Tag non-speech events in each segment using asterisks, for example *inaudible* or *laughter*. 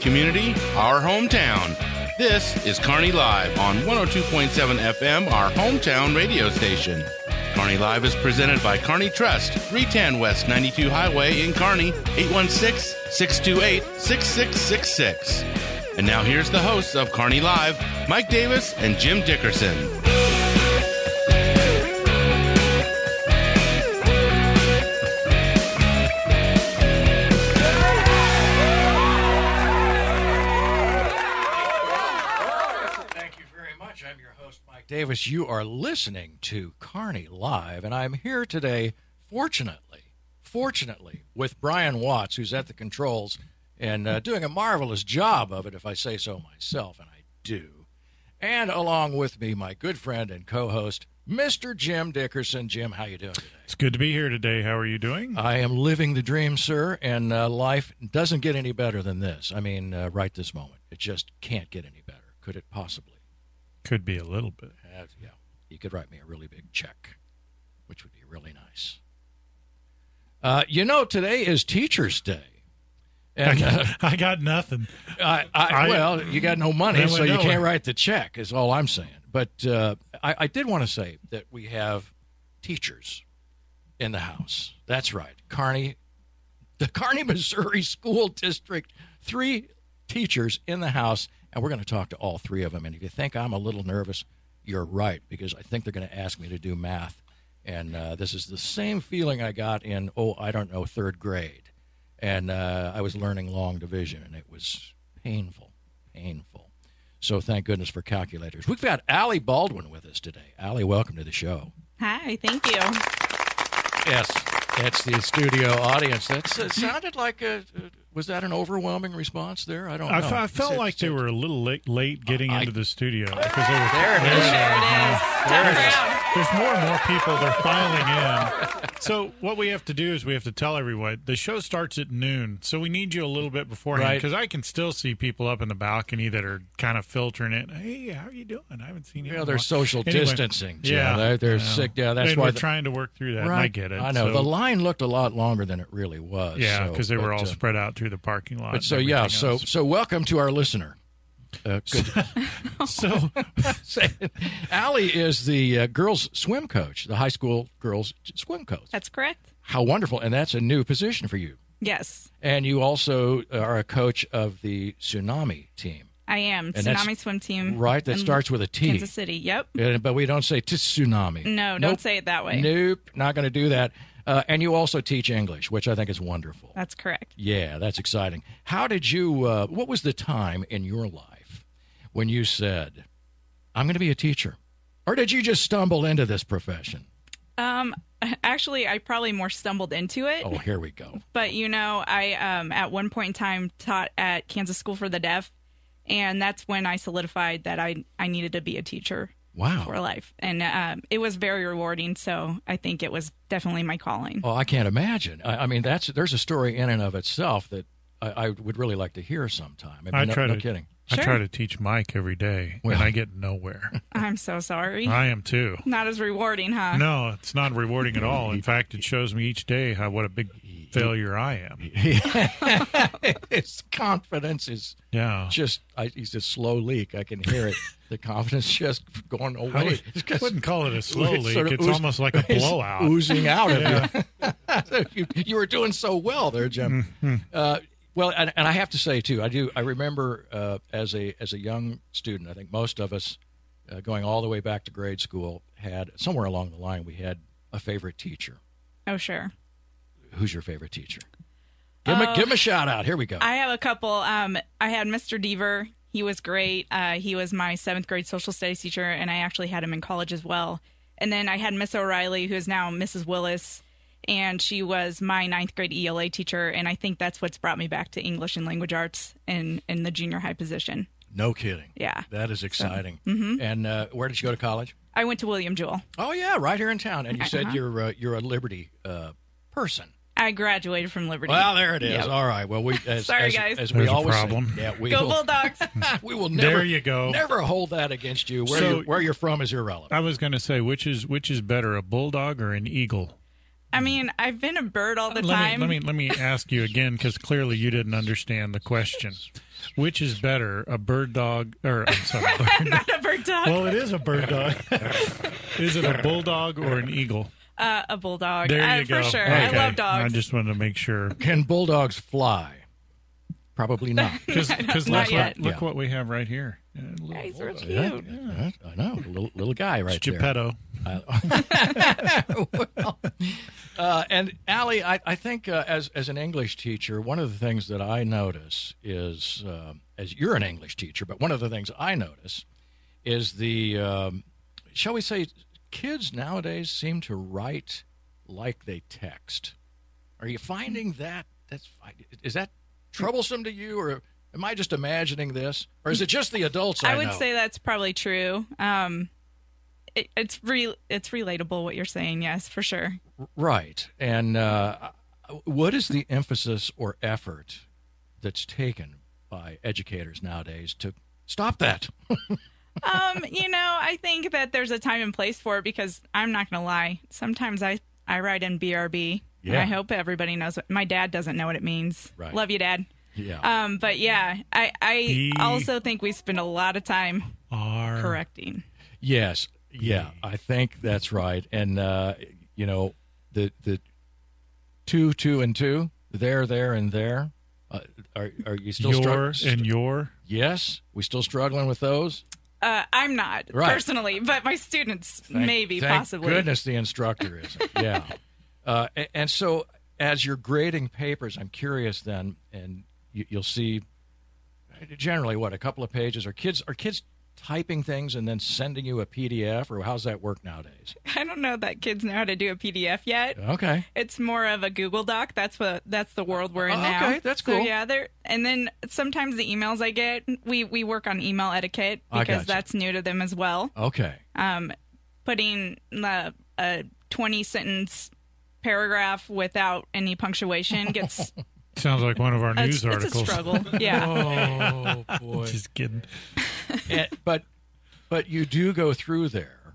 community, our hometown. This is Carney Live on 102.7 FM, our hometown radio station. Carney Live is presented by Carney Trust, 310 West 92 Highway in Carney, 816-628-6666. And now here's the hosts of Carney Live, Mike Davis and Jim Dickerson. Thank you very much. I'm your host, Mike Davis. You are listening to Carney Live, and I'm here today, fortunately, fortunately, with Brian Watts, who's at the controls and uh, doing a marvelous job of it, if I say so myself, and I do. And along with me, my good friend and co-host, Mr. Jim Dickerson. Jim, how you doing today? It's good to be here today. How are you doing? I am living the dream, sir, and uh, life doesn't get any better than this. I mean, uh, right this moment, it just can't get any better. Could it possibly? Could be a little bit. *laughs* Uh, yeah, you could write me a really big check, which would be really nice. Uh, you know, today is Teachers' Day, I and *laughs* uh, got, I got nothing. I, I, I- well, you got no money, Really so you don't. can't write the check. Is all I'm saying. But uh, I, I did want to say that we have teachers in the house. That's right, Carney, the Carney, Missouri School District. Three teachers in the house, and we're going to talk to all three of them. And if you think I'm a little nervous, you're right because I think they're going to ask me to do math, and uh, this is the same feeling I got in oh I don't know third grade and uh, I was learning long division, and it was painful, painful. So thank goodness for calculators. We've got Allie Baldwin with us today. Allie, welcome to the show. Hi, thank you. Yes, that's the studio audience. That's it sounded like a uh, was that an overwhelming response there? I don't I, know. fe- I felt Oh, It's- like they it's- were a little late, late getting I- into the *laughs* studio because they were. There it is. There it is. Tough There's more and more people. They're filing *laughs* in. So what we have to do is we have to tell everyone the show starts at noon. So we need you a little bit beforehand Right. because I can still see people up in the balcony that are kind of filtering it. Hey, how are you doing? I haven't seen you. in Yeah, a they're while." social Anyway, distancing. Jim. Yeah, they're, they're I know. sick. Yeah, that's and why we're the- trying to work through that. and I get it. I know So- the line looked a lot longer than it really was. Yeah, so- because they were but, all uh, spread out through the parking lot. But and so yeah, everything so else. so welcome to our listener. Uh, good, *laughs* so *laughs* say it. Allie is the uh, girls swim coach, the high school girls swim coach. That's correct. How wonderful! And that's a new position for you. Yes, And you also uh, are a coach of the tsunami team, I am. And that's- tsunami swim team. right? That in starts with a T. Kansas City. Yep. Uh, but we don't say t- tsunami. No, don't Nope. say it that way. Nope, not going to do that. Uh, and you also teach English, which I think is wonderful. That's correct. *laughs* Yeah, that's exciting. How did you, uh, what was the time in your life when you said, I'm going to be a teacher? Or did you just stumble into this profession? Um, actually, I probably more stumbled into it. Oh, here we *laughs* go. But you know, I um at one point in time taught at Kansas School for the Deaf, and that's when I solidified that I I needed to be a teacher for Wow. life, and um, it was very rewarding. So I think it was definitely my calling. Oh, I can't imagine. I, I mean, that's there's a story in and of itself that I, I would really like to hear sometime. I, mean, I no, try no to- kidding. I Sure. try to teach Mike every day, Well- and I get *laughs* nowhere. I'm so sorry. I am too. Not as rewarding, huh? No, it's not rewarding at all. In fact, it shows me each day how what a big failure I *laughs* am. His confidence is Yeah. just, I, he's a slow leak. I can *laughs* hear it. the confidence just going I away. would, wouldn't call it a slow *laughs* It's leak. sort of it's ooze- almost like a it's blowout. oozing out of Yeah. *laughs* Mm-hmm. you. you. You were doing so well there, Jim. Uh, well, and, and I have to say too, I do. I remember uh, as a as a young student, I think most of us, uh, going all the way back to grade school, had somewhere along the line we had a favorite teacher. Oh, sure. Who's your favorite teacher? Give him, a, give him a shout out. Here we go. I have a couple. Um, I had Mr. Deaver. He was great. Uh, he was my seventh grade social studies teacher, and I actually had him in college as well. And then I had Miss O'Reilly, who is now Mrs. Willis, and she was my ninth grade ELA teacher. And I think that's what's brought me back to English and language arts in, in the junior high position. no kidding. Yeah. mm-hmm. That is exciting. And uh, where did you go to college? I went to William Jewell. Oh yeah, right here in town. And you said Uh-huh. you're uh, you're a Liberty uh, person. I graduated from Liberty. Well, there it is. Yep. All right. Well, we as, *laughs* Sorry, as, guys. as we There's a always say, problem. *laughs* yeah, we Go will, Bulldogs. *laughs* we will never There you go. never hold that against you. Where So- Uh, you, where you're from is irrelevant. I was going to say, which is which is better, a bulldog or an eagle? I mean, I've been a bird all the let time. *laughs* Me, let me let me ask you again because clearly you didn't understand the *laughs* question. Which is better, a bird dog or I'm sorry, bird, Not a bird dog, well, it is a bird dog. is it a bulldog or an eagle? uh, a bulldog. There uh, you go. For sure. I Okay. love dogs. I just wanted to make *laughs* sure *laughs* Can bulldogs fly? Probably *laughs* not. because Not look, what, yet. look Yeah. what we have right here. Yeah, a little- He's real cute. Yeah, yeah, I know, little, little guy right there. Geppetto. *laughs* Uh, and Allie, I, I think uh, as as an English teacher, one of the things that I notice is, um as you're an English teacher, but one of the things I notice is the, um, shall we say, kids nowadays seem to write like they text. Are you finding that that's is that troublesome to you, or am I just imagining this, or is it just the adults? I, I would know? say that's probably true. Um, it, it's re- it's relatable what you're saying. Yes, for sure. Right. And uh, what is the emphasis or effort that's taken by educators nowadays to stop that? Um, *laughs* you know, I think that there's a time and place for it because I'm not gonna lie. Sometimes I I write in BRB. And Yeah. I hope everybody knows what my dad doesn't know what it means. Right. Love you, dad. Yeah. Um, but yeah, I I E- also think we spend a lot of time Are correcting. yes. Yeah. I think that's right. And, uh, you know, the, the two, two, and two, there, there, and there. Uh, are, are you still your struggling? and your? yes. We still struggling with those? Uh, I'm not Right. personally, but my students Thank- maybe thank possibly. Goodness, the instructor is. *laughs* yeah. Uh, a- and, so, as you're grading papers, I'm curious then, and you, you'll see generally what a couple of pages are kids are kids typing things and then sending you a PDF, or how's that work nowadays? I don't know that kids know how to do a PDF yet. Okay. It's more of a Google Doc. That's what that's the world we're in Oh, now. okay, that's So, cool. yeah, there. And then sometimes the emails I get, we we work on email etiquette I because gotcha. that's new to them as well. Okay. Putting the, a twenty sentence paragraph without any punctuation gets Sounds like one of *laughs* our it's, news it's a articles. struggle. Yeah. Oh boy. Just kidding. And- but but you do go through there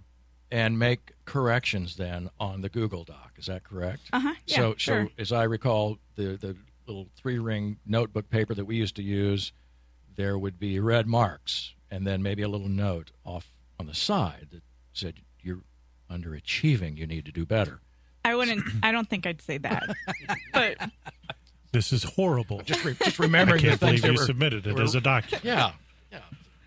and make corrections then on the Google Doc. Is that correct? Uh-huh. Yeah, so sure. so as I recall, the the little three ring notebook paper that we used to use, there would be red marks and then maybe a little note off on the side that said you're underachieving. You need to do better. I wouldn't. I don't think I'd say that. But This is horrible. Just re- just I remembering the can't believe things that you were, submitted it were- as a document. yeah yeah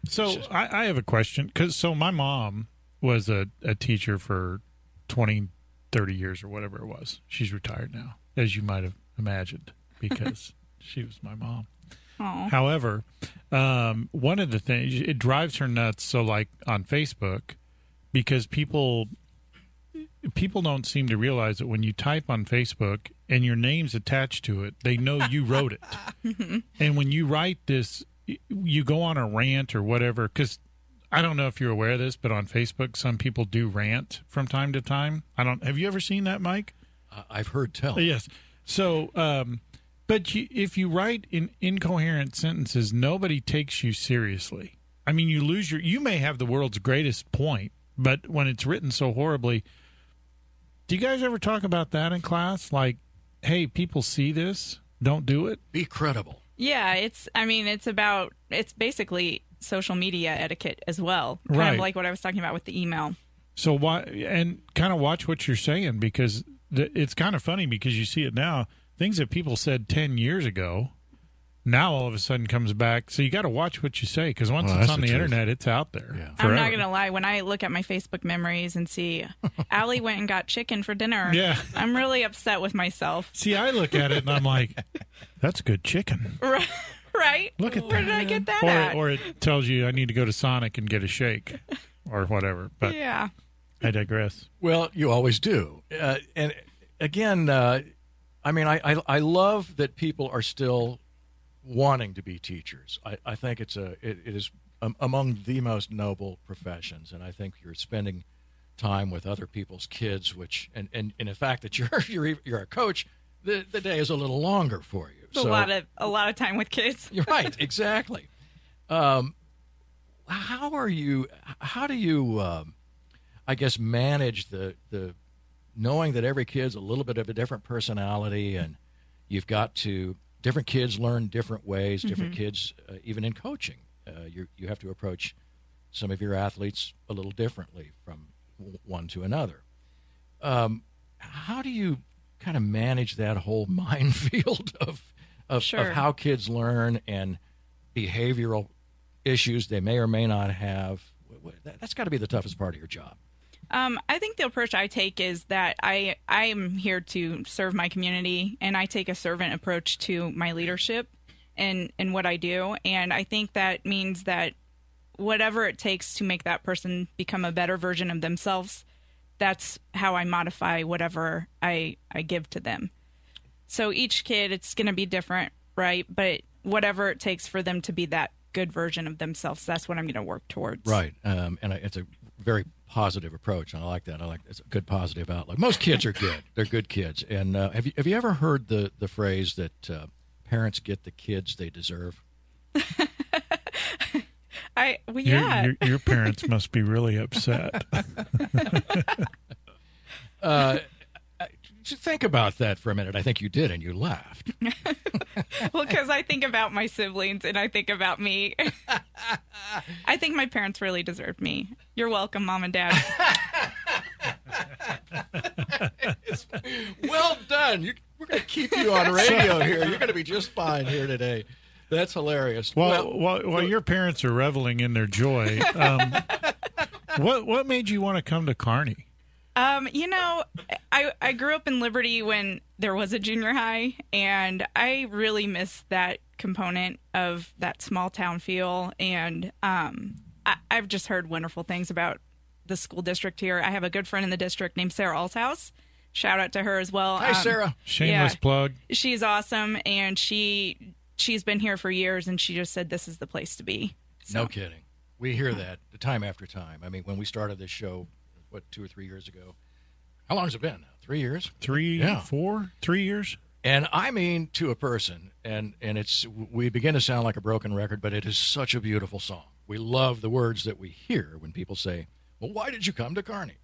So I, I have a question because so my mom was a, a teacher for 20, 30 years or whatever it was. She's retired now, as you might have imagined, because she was my mom. aw. However, um, one of the things it drives her nuts. So like on Facebook, because people people don't seem to realize that when you type on Facebook and your name's attached to it, they know you wrote it. and when you write this, y- you go on a rant or whatever. Because I don't know if you're aware of this, but on Facebook, some people do rant from time to time. I don't. Have you ever seen that, Mike? I- I've heard tell Yes. So, um, but you, if you write in incoherent sentences, nobody takes you seriously. I mean, you lose your. You may have the world's greatest point, but when it's written so horribly, do you guys ever talk about that in class? Like, hey, people see this, don't do it. be credible Yeah, it's. I mean, it's about. It's basically social media etiquette as well. Kind Right. of like what I was talking about with the email. So why and kind of watch what you're saying because th- it's kind of funny because you see it now. Things that people said ten years ago, now all of a sudden comes back. So you got to watch what you say because once Well, it's that's on the the, truth. internet, it's out there. Yeah. I'm I'm not forever. gonna lie. When I look at my Facebook memories and *laughs* see Allie went and got chicken for dinner, Yeah. I'm really upset with myself. *laughs* See, I look at it and I'm like, "That's good chicken." Right? right? Look at Where that. did I get that Or at? or it tells you I need to go to Sonic and get a shake, or whatever. But yeah. I digress. Well, you always do. Uh, and again, uh, I mean, I, I, I love that people are still wanting to be teachers. I, I think it's a it, it is um, among the most noble professions, and I think you're spending time with other people's kids, which and and, and the fact that you're *laughs* you're even- you're a coach, the the day is a little longer for you. It's a lot of a lot of time with kids. *laughs* You're right, exactly. Um, how are you? How do you? Um, I guess manage the the knowing that every kid's a little bit of a different personality and you've got to different kids learn different ways different kids uh, even in coaching uh, you you have to approach some of your athletes a little differently from w- one to another um, how do you kind of manage that whole *laughs* minefield of of, of Sure. how kids learn and behavioral issues they may or may not have Wh- wh- that- that's got to be the toughest part of your job Um, I think the approach I take is that I I am here to serve my community, and I take a servant approach to my leadership and and what I do, and I think that means that whatever it takes to make that person become a better version of themselves, that's how I modify whatever I I give to them. So each kid, it's going to be different, right? But whatever it takes for them to be that good version of themselves, that's what I'm going to work towards. Right, um, and I, it's a very positive approach, and I like that. I like it's a good positive outlook. Most kids are good; they're good kids. And uh, have you have you ever heard the the phrase that uh, parents get the kids they deserve? I well, Your- yeah. Your, your parents must be really upset. Just think about that for a minute. I think you did, and you laughed. Well, because I think about my siblings and I think about *laughs* me. I think my parents really deserved me. You're welcome, mom *laughs* and dad. well done. You, we're going to keep you on radio here. You're going to be just fine here today. That's hilarious. While, while, while your parents are reveling in their joy, um, *laughs* what what made you want to come to Kearney? Um, you know, I I grew up in Liberty when there was a junior high, and I really miss that component of that small town feel. And um, I, I've just heard wonderful things about the school district here. I have a good friend in the district named Sarah Althouse. Shout out to her as well. hi, Um, Sarah. Shameless Yeah. plug. she's awesome and she she's been here for years and she just said this is the place to be No kidding. We hear that time after time. I mean, when we started this show, what two or three years ago? How long has it been? now? Three years. Three, Yeah. four, three years. and I mean to a person, and and it's we begin to sound like a broken record, but it is such a beautiful song. We love the words that we hear when people say, "Well, why did you come to Kearney?"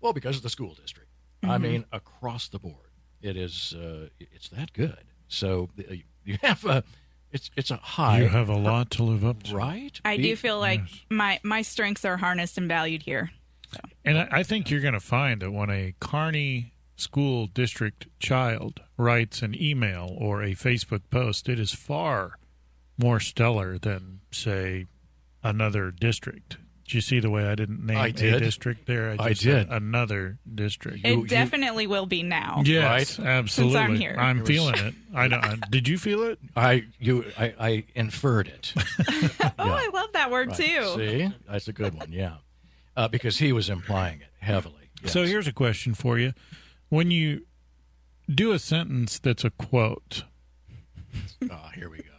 Well, because of the school district. I Mm-hmm. mean, across the board, it is uh, it's that good. So uh, you have a it's it's a high, You have a lot to live up to. right? i Be- do feel like my my strengths are harnessed and valued here And I, I think you're going to find that when a Kearney school district child writes an email or a Facebook post, it is far more stellar than, say, another district. Did you see the way I didn't name I a did. district there? I just said did. another district. it you- definitely will be now Yes, absolutely. here. I'm was- feeling it. I don't. I- Did you feel it? I you I, I inferred it. oh i love that word *laughs* too See, that's a good one. Yeah, uh, because he was implying it heavily. So Yes. here's a question for you: When you do a sentence that's a quote, Ah, here we go.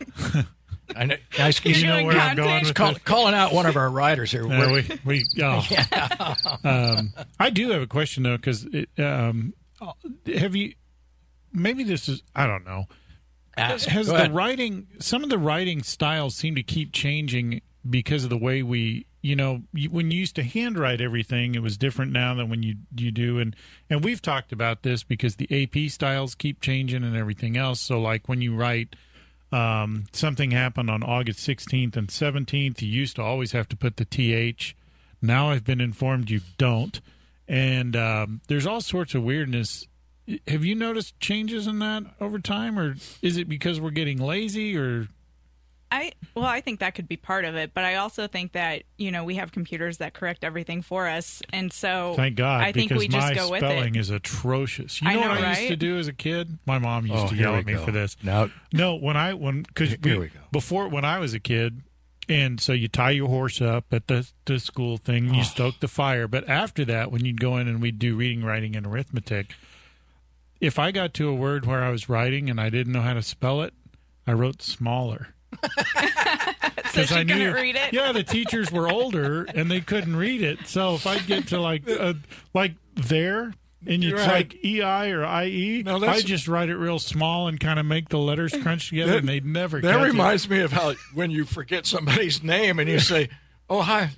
I know, I excuse You're me. doing where I'm content? going with Call, calling out one of our writers here. Yeah, we, we, *laughs* oh. um, I do have a question though, because um, have you? Maybe this is I don't know. Ask. Has Go the ahead. writing some of the writing styles seem to keep changing because of the way we you know you, when you used to handwrite everything it was different now than when you you do and and we've talked about this because the AP styles keep changing and everything else. So like when you write um, something happened on August 16th and 17th. You used to always have to put the TH. Now I've been informed you don't. And um, there's all sorts of weirdness. Have you noticed changes in that over time, or is it because we're getting lazy? Or I well, I think that could be part of it, but I also think that you know we have computers that correct everything for us, and so thank God, I think because we my just go with spelling it. is atrocious. You I know, know, what I used right? to do as a kid? My mom used Oh, to here yell we at me go. for this. Now, No, when I when because Here we go. before when I was a kid, and so you tie your horse up at the the school thing, Oh. you stoke the fire. But after that, when you'd go in and we'd do reading, writing, and arithmetic, if I got to a word where I was writing and I didn't know how to spell it, I wrote *laughs* smaller *laughs* so she I knew couldn't read it. Yeah, the teachers were older and they couldn't read it. So if I get to like uh, like there. And it's Right. like EI or IE. No, I that's- just write it real small and kind of make the letters crunch together, and they'd never that catch it. reminds me of how when you forget somebody's name and you say, "Oh hi,"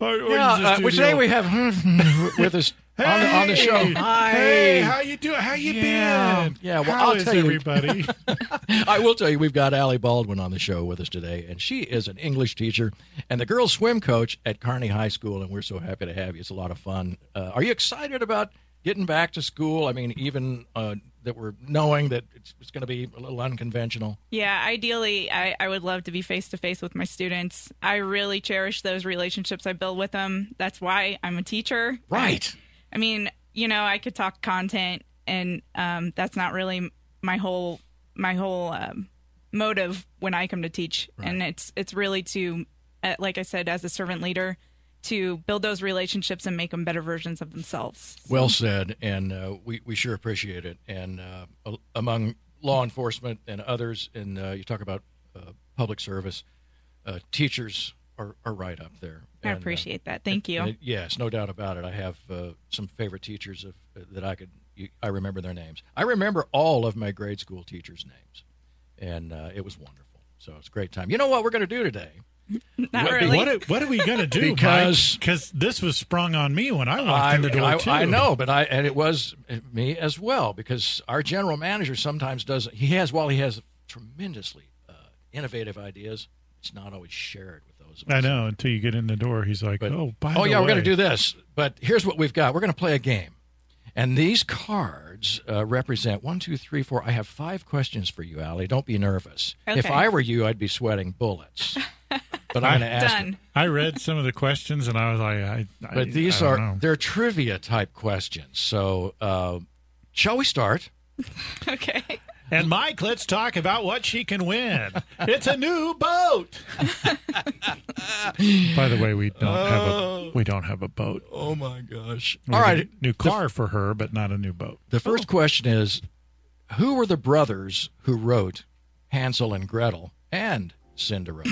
Yeah, uh, which today we have *laughs* with us on, the- on the show. Hi. Hey, how you doing? How you Yeah. been? Yeah, well, How I'll is tell you. *laughs* everybody. *laughs* I will tell you, we've got Allie Baldwin on the show with us today, and she is an English teacher and the girls' swim coach at Kearney High School, and we're so happy to have you. It's a lot of fun. Uh, are you excited about getting back to school? I mean, even uh, that we're knowing that it's, it's going to be a little unconventional. Yeah, ideally, I, I would love to be face to face with my students. I really cherish those relationships I build with them. That's why I'm a teacher. Right. I mean, you know, I could talk content, and um, that's not really my whole my whole um, motive when I come to teach. And it's it's really to, uh, like I said, as a servant leader, to build those relationships and make them better versions of themselves. Well said, and uh, we we sure appreciate it. And uh, a- among law enforcement and others, and uh, you talk about uh, public service, uh, teachers are, are right up there. I And, uh, appreciate that. Thank you. and it- yes, no doubt about it. I have uh, some favorite teachers of, uh, that I could. You, I remember their names. I remember all of my grade school teachers' names, and uh, it was wonderful. So it's a great time. You know what we're going to do today? *laughs* not what- really. What are, what are we gonna do? Because- because this was sprung on me when I walked I, in the door I, too. I know, but I and it was me as well because our general manager sometimes doesn't. He has while he has tremendously uh, innovative ideas, it's not always shared with those. Of I us. know. Until you get in the door, he's like, But- "Oh, by oh the yeah, way. we're going to do this. But here's what we've got. We're going to play a game, and these cards uh, represent one, two, three, four. I have five questions for you, Allie. Don't be nervous. If Okay. I were you, I'd be sweating bullets. *laughs* But I'm going to ask. Done. *laughs* I read some of the questions and I was like, I, I But these I don't are know. they're trivia type questions. So, uh, shall we start? Okay. And Mike, let's talk about what she can win. It's a new *laughs* boat. By the way, we don't have a we don't have a boat. Oh my gosh! We All have a right. new Oh. car for her, but not a new boat. The first question is, who were the brothers who wrote Hansel and Gretel and Cinderella?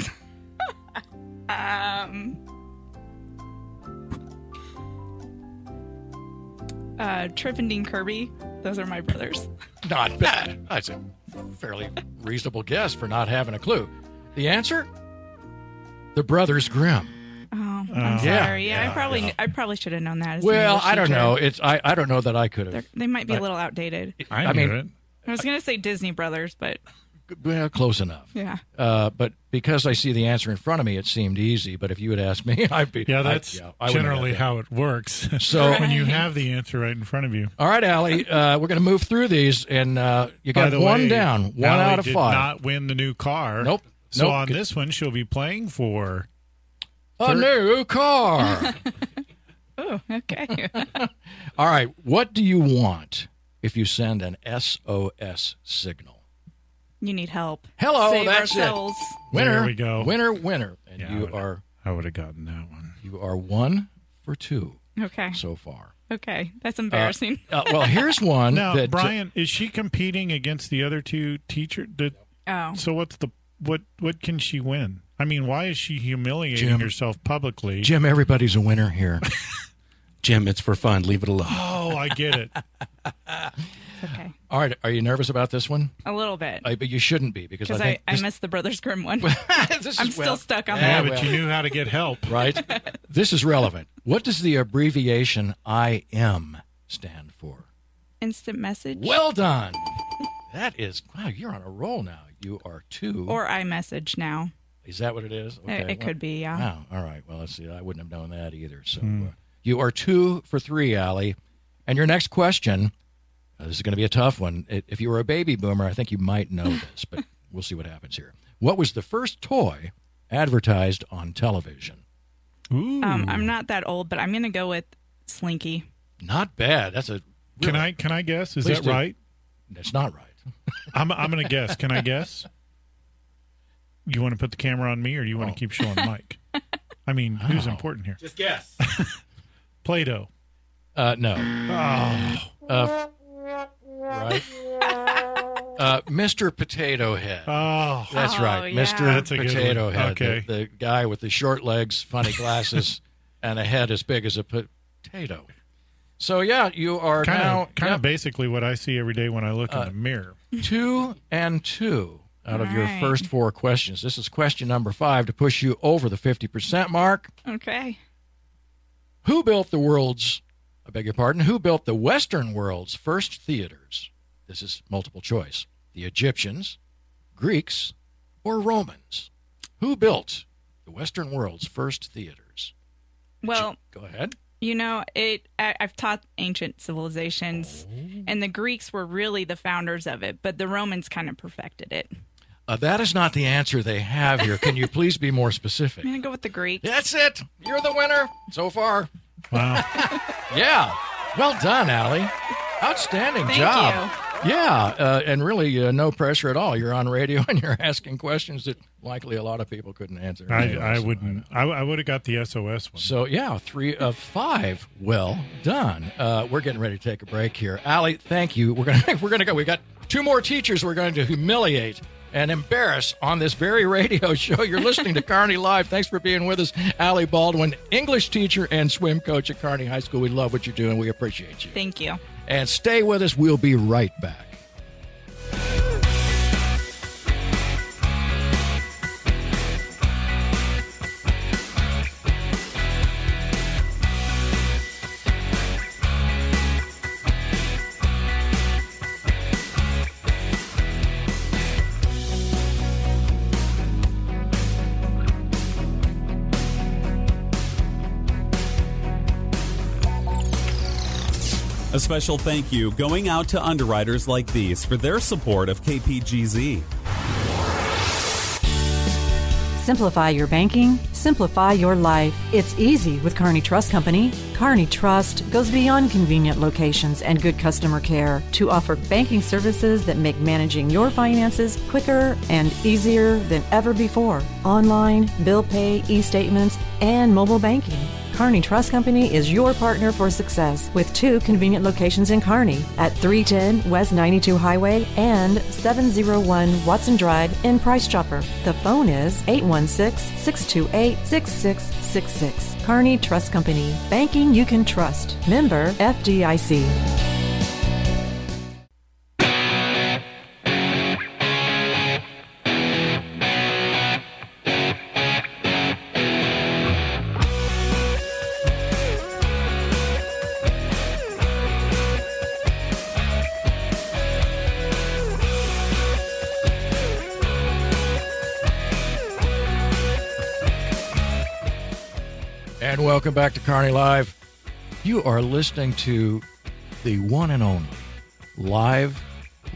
Uh, Trip and Dean Kirby. Those are my brothers. Not bad. That's a fairly reasonable guess for not having a clue. The answer? The Brothers Grimm. Oh, I'm Yeah. sorry. Yeah, Yeah, I probably kn- I probably should have known that. As an Well, English I don't teacher. know. It's I, I don't know that I could They're, have. they might be a little outdated. I, I knew mean- it. I was gonna say Disney Brothers, but Well, close enough. yeah. Uh, but because I see the answer in front of me, it seemed easy. But if you had asked me, *laughs* I'd be Yeah, that's I, yeah, I wouldn't have generally had how it works. that. So, *laughs* when you have the answer right in front of you. all right, Allie, uh, we're going to move through these, and uh, you By got the one way, down, one Allie out of did five. Not win the new car. Nope. So Nope. on this one, she'll be playing for. a *laughs* new car. Oh, *laughs* okay. All right. What do you want if you send an SOS signal? you need help. Hello, Save that's it. ourselves. Winner. There we go. Winner, winner. And Yeah, I you would- are I would have gotten that one. you are one for two Okay. so far. Okay. That's embarrassing. Uh, *laughs* well, here's one Now, that uh, Brian, is she competing against the other two teacher? Did, oh. So what's the what? What can she win? I mean, why is she humiliating Jim. herself publicly? Jim, everybody's a winner here. Jim, it's for fun. Leave it alone. Oh, I get *laughs* it. it's Okay. All right, are you nervous about this one? A little bit. I, but you shouldn't be because I Because think I, *laughs* I, this- missed the Brothers Grimm one. this is I'm well- still stuck on yeah, that. well. but you knew how to get help. *laughs* right? this is relevant. What does the abbreviation IM stand for? *laughs* Instant message Well done. That is wow. You're on a roll now. You are two. or iMessage now. is that what it is? It- it well, could be, yeah. Wow. All right. Well, let's see. I wouldn't have known that either. So Hmm. uh, you are two for three, Allie. And your next question. uh, this is going to be a tough one. I- If you were a baby boomer, I think you might *laughs* know this, but we'll see what happens here. What was the first toy advertised on television? Ooh. Um, Hmm. I'm not that old, but I'm gonna go with Slinky. Not bad. That's a. can I can I guess? Is Please that do. right? That's not right. I'm I'm gonna guess. Can I guess? You want to put the camera on me, or do Oh. you want to keep showing Mike? I mean, who's important here? Just guess. Play-Doh. Uh, no. Oh. Uh, right. *laughs* Uh, Mr. Potato Head. Oh, That's Oh, right, yeah. Mr. That's a good Potato one. Head. Okay. The, the guy with the short legs, *laughs* funny glasses, and a head as big as a potato. So yeah, you are kind now of kind of yep, Uh. basically what I see every day when I look in the mirror. *laughs* two and two out of All your right. first four questions. This is question number five to push you over the fifty percent mark. Okay. Who built the world's, I beg your pardon, who built the Western world's first theaters? This is multiple choice. The Egyptians, Greeks, or Romans? Who built the Western world's first theaters? Well, Go ahead. you know, it. I, I've taught ancient civilizations, Oh. and the Greeks were really the founders of it, but the Romans kind of perfected it. Uh, that is not the answer they have here. Can you please be more specific? I'm gonna go with the Greeks. That's it. You're the winner so far. Wow. Yeah. Well done, Allie. Outstanding Thank job. Yeah, uh, and really uh, no pressure at all. You're on radio *laughs* and you're asking questions that likely a lot of people couldn't answer. I, Yeah, I so- wouldn't. I, I would have got the SOS one. So, yeah, three of five. Well done. Uh, we're getting ready to take a break here. Allie, thank you. We're going to we're gonna *laughs* go. we got two more teachers we're going to humiliate and embarrass on this very radio *laughs* show. You're listening to Carney Live. Thanks for being with us, Allie Baldwin, English teacher and swim coach at Carney High School. We love what you're doing. We appreciate you. Thank you. And stay with us. We'll be right back. A special thank you going out to underwriters like these for their support of KPGZ. Simplify your banking, simplify your life. It's easy with Carney Trust Company. Carney Trust goes beyond convenient locations and good customer care to offer banking services that make managing your finances quicker and easier than ever before. Online, bill pay, e-statements, and mobile banking. Carney Trust Company is your partner for success with two convenient locations in Kearney at 310 West 92 Highway and 701 Watson Drive in Price Chopper. The phone is 816-628-6666. Kearney Trust Company, banking you can trust. Member FDIC. And welcome back to Carney Live. You are listening to the one and only live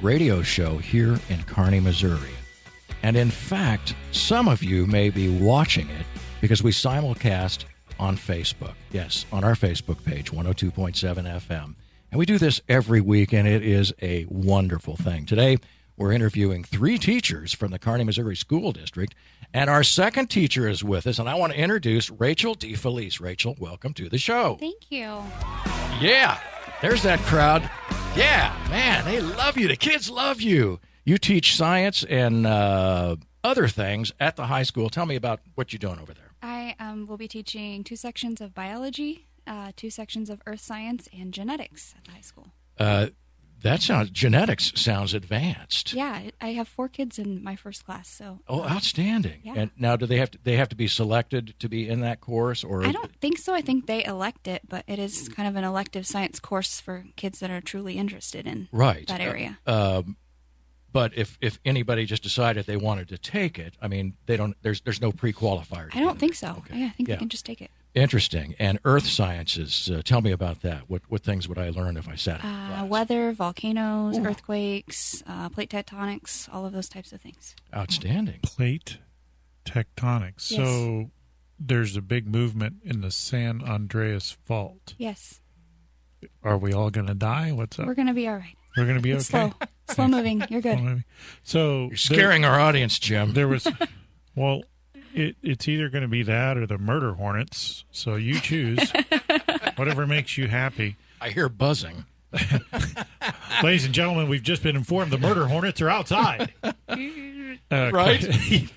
radio show here in Kearney, Missouri. And in fact, some of you may be watching it because we simulcast on Facebook. Yes, on our Facebook page, 102.7 FM. And we do this every week, and it is a wonderful thing. Today, we're interviewing three teachers from the Kearney, Missouri School District, and our second teacher is with us, and I want to introduce Rachel DeFelice. Rachel, welcome to the show. Thank you. Yeah, there's that crowd. Yeah, man, they love you. The kids love you. You teach science and uh, other things at the high school. Tell me about what you're doing over there. I um, will be teaching two sections of biology, uh, two sections of earth science, and genetics at the high school. Uh, that sounds genetics sounds advanced. Yeah, I- I have four kids in my first class, so Oh, outstanding! Yeah. And now, do they have to? They have to be selected to be in that course, or I don't think so. I think they elect it, but it is kind of an elective science course for kids that are truly interested in right that area. um, but if if anybody just decided they wanted to take it, I mean, they don't. There's there's no pre-qualifier. to I get don't it. think so. Yeah, I think Yeah. they can just take it. Interesting. And earth sciences. Uh, tell me about that. What what things would I learn if I sat? in Uh, class? weather, volcanoes, earthquakes, uh, plate tectonics, all of those types of things. Outstanding. Plate tectonics. Yes. So there's a big movement in the San Andreas Fault. Yes, Are we all going to die? What's Oh. up? we're going to be all right. We're going to be okay. *laughs* It's slow, slow moving. You're Well, *laughs* good. maybe. So You're scaring our audience, Jim. There, there *laughs* was, well, it, it's either going to be that or the murder hornets. So you *laughs* choose, whatever makes you happy. I hear buzzing. Ladies and gentlemen, we've just been informed the murder hornets are *laughs* outside. Uh, Right? *laughs* *laughs*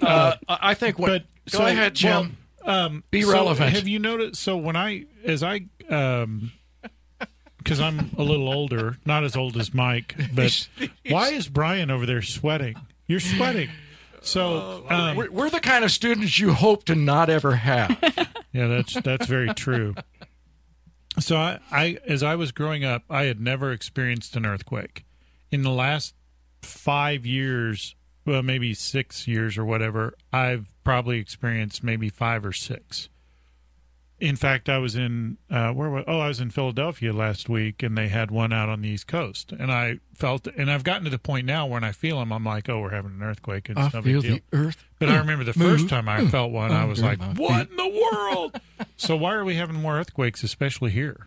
Uh, I I think what. But go so- ahead, Jim. um, Be so relevant. Have you noticed? So when I, as I, um, because I'm a little older, not as old as Mike, *laughs* but why is Brian over there sweating? You're sweating. So um, Oh, *laughs* we're, we're the kind of students you hope to not ever have. Yeah, that's that's very true. So I, I as I was growing up, I had never experienced an earthquake. In the last five years, well, maybe six years or whatever, I've probably experienced maybe five or six. In fact, I was in uh, where was oh I was in Philadelphia last week, and they had one out on the East Coast, and I felt and I've gotten to the point now when I feel them, I'm like, oh, we're having an earthquake. It's I no big feel deal. the earth. But I remember the first time Hmm. I felt one, I was under like, my "What in the world?" so why are we having more earthquakes, especially here?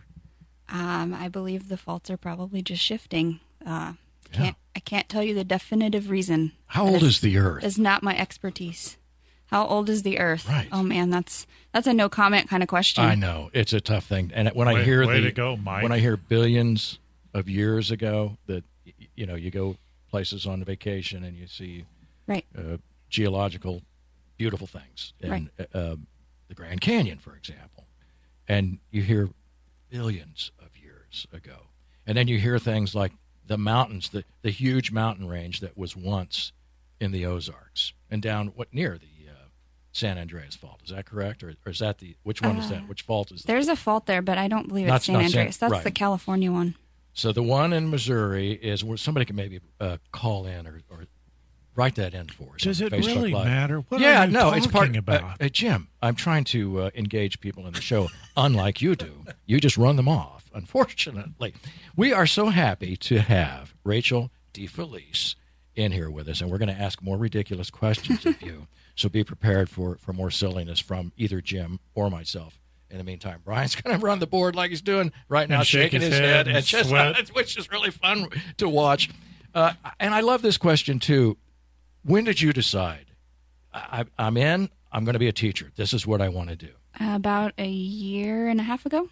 Um, I believe the faults are probably just shifting. Uh, can't I can't tell you the definitive reason. How old is the earth? Is not my expertise. How old is the Earth? Right. Oh man, that's that's a no comment kind of question. I know it's a tough thing, and when I Way- hear way the to go, Mike. when I hear billions of years ago that y- you know you go places on vacation and you see Right. uh, geological beautiful things, and uh, the Grand Canyon, for example, and you hear billions of years ago, and then you hear things like the mountains, the the huge mountain range that was once in the Ozarks and down what near the. uh, San Andreas Fault is that correct, or, or is that the which one is that? Which fault is that? There's a fault there, but I don't believe Not- it's San not San- Andreas. That's right. the California one. So the one in Missouri is where somebody can maybe uh, call in or, or write that in for us. Does on it Facebook really Live. matter? What yeah, are you no, it's part talking about? Uh, uh, Jim, I'm trying to uh, engage people in the show, unlike you do. You just run them off. Unfortunately, we are so happy to have Rachel DeFelice in here with us, and we're going to ask more ridiculous questions of you. So be prepared for for more silliness from either Jim or myself. In the meantime, Brian's going to run the board like he's doing right now, And shake shaking his his, head head, and and *laughs* just, sweat. which is really fun to watch. Uh, and I love this question too. When did you decide? I, I- I'm in. I'm going to be a teacher. This is what I want to do. About a year and a half ago.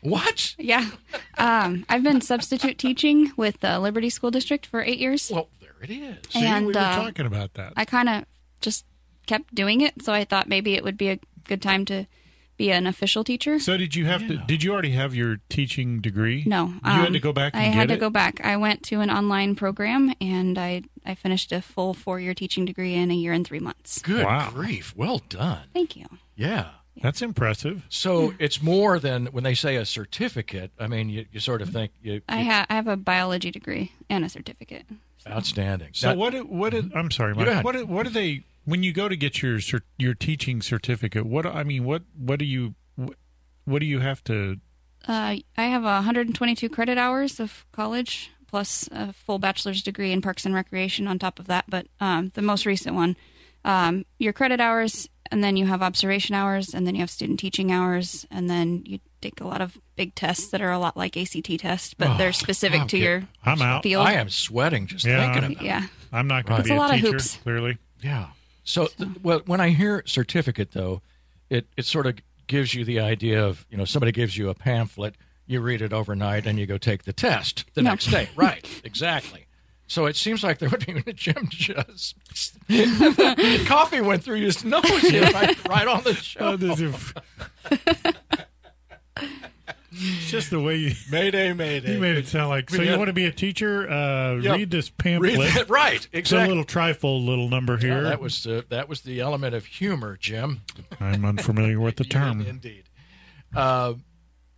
What? Yeah. *laughs* Um, I've been substitute teaching with the Liberty School District for eight years. Well, there it is. See, and, we were uh, talking about that. I kind of just kept doing it, so I thought maybe it would be a good time to be an official teacher. so did you have to? Did you already have your teaching degree? No, um, you had to go back. And I get had to it? go back. I went to an online program and I I finished a full four year teaching degree in a year and three months. Good Wow. grief. Well done. Thank you. Yeah. That's impressive. So it's more than when they say a certificate. I mean, you, you sort of think you, I ha- I have a biology degree and a certificate. outstanding. So Now- what? Did, what? Did, I'm sorry, Go Mike. ahead. What? Did, what do they? When you go to get your cer- your teaching certificate, what? I mean, what? What do you? What, what do you have to? Uh, I have 122 credit hours of college plus a full bachelor's degree in parks and recreation on top of that. But um, the most recent one, um, your credit hours, and then you have observation hours, and then you have student teaching hours, and then you take a lot of big tests that are a lot like ACT tests, but they're specific I'm to good. your I'm out. field. I am sweating just Yeah. thinking about it. Yeah. I'm not going to Right. It's a be lot of teacher. hoops. Clearly, Yeah. So, th- well, when I hear certificate, though, it, it sort of gives you the idea of, you know, somebody gives you a pamphlet, you read it overnight, and you go take the test the No. next day. Right. Exactly. So it seems like *laughs* there would be a Jim just coffee went through his nose here, right, right on Uh, the show. it's just the way you. Mayday, mayday. You made it sound like so. You want to be a teacher? Uh, Yeah. Read this Read pamphlet. that- right, It's a exactly. little trifle, little number here. Yeah, that was the, that was the element of humor, Jim. I'm unfamiliar *laughs* with the term. Indeed. Uh,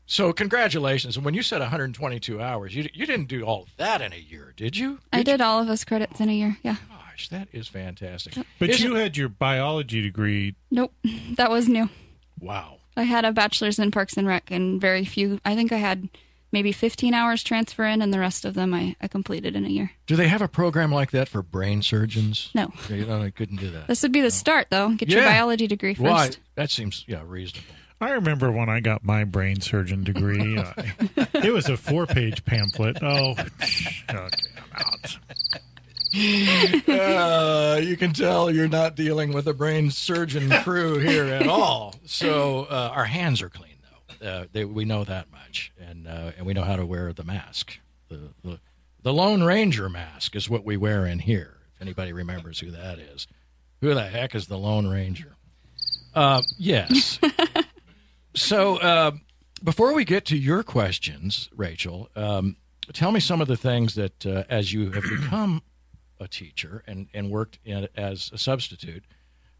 so congratulations. And when you said 122 hours, you, you didn't do all that in a year, did you? I did all of those credits in a year. Yeah. Gosh, that is fantastic. But Isn't- you had your biology degree. Nope. *laughs* That was new. wow. I had a bachelor's in Parks and Rec and very few. I think I had maybe 15 hours transfer in, and the rest of them I, I completed in a year. Do they have a program like that for brain surgeons? No. You know, I couldn't do that. This would be the start, though. Get your Yeah. biology degree first. Why? That seems yeah reasonable. I remember when I got my brain surgeon degree. *laughs* I- it was a four-page pamphlet. Oh, *laughs* okay, I'm out. uh, you can tell you're not dealing with a brain surgeon crew here at all. So uh, our hands are clean, though. Uh, they, we know that much, and uh, and we know how to wear the mask. The, the the Lone Ranger mask is what we wear in here. If anybody remembers who that is, who the heck is the Lone Ranger? Uh, yes. *laughs* so uh, before we get to your questions, Rachel, um, tell me some of the things that uh, as you have become a teacher and, and worked in, as a substitute,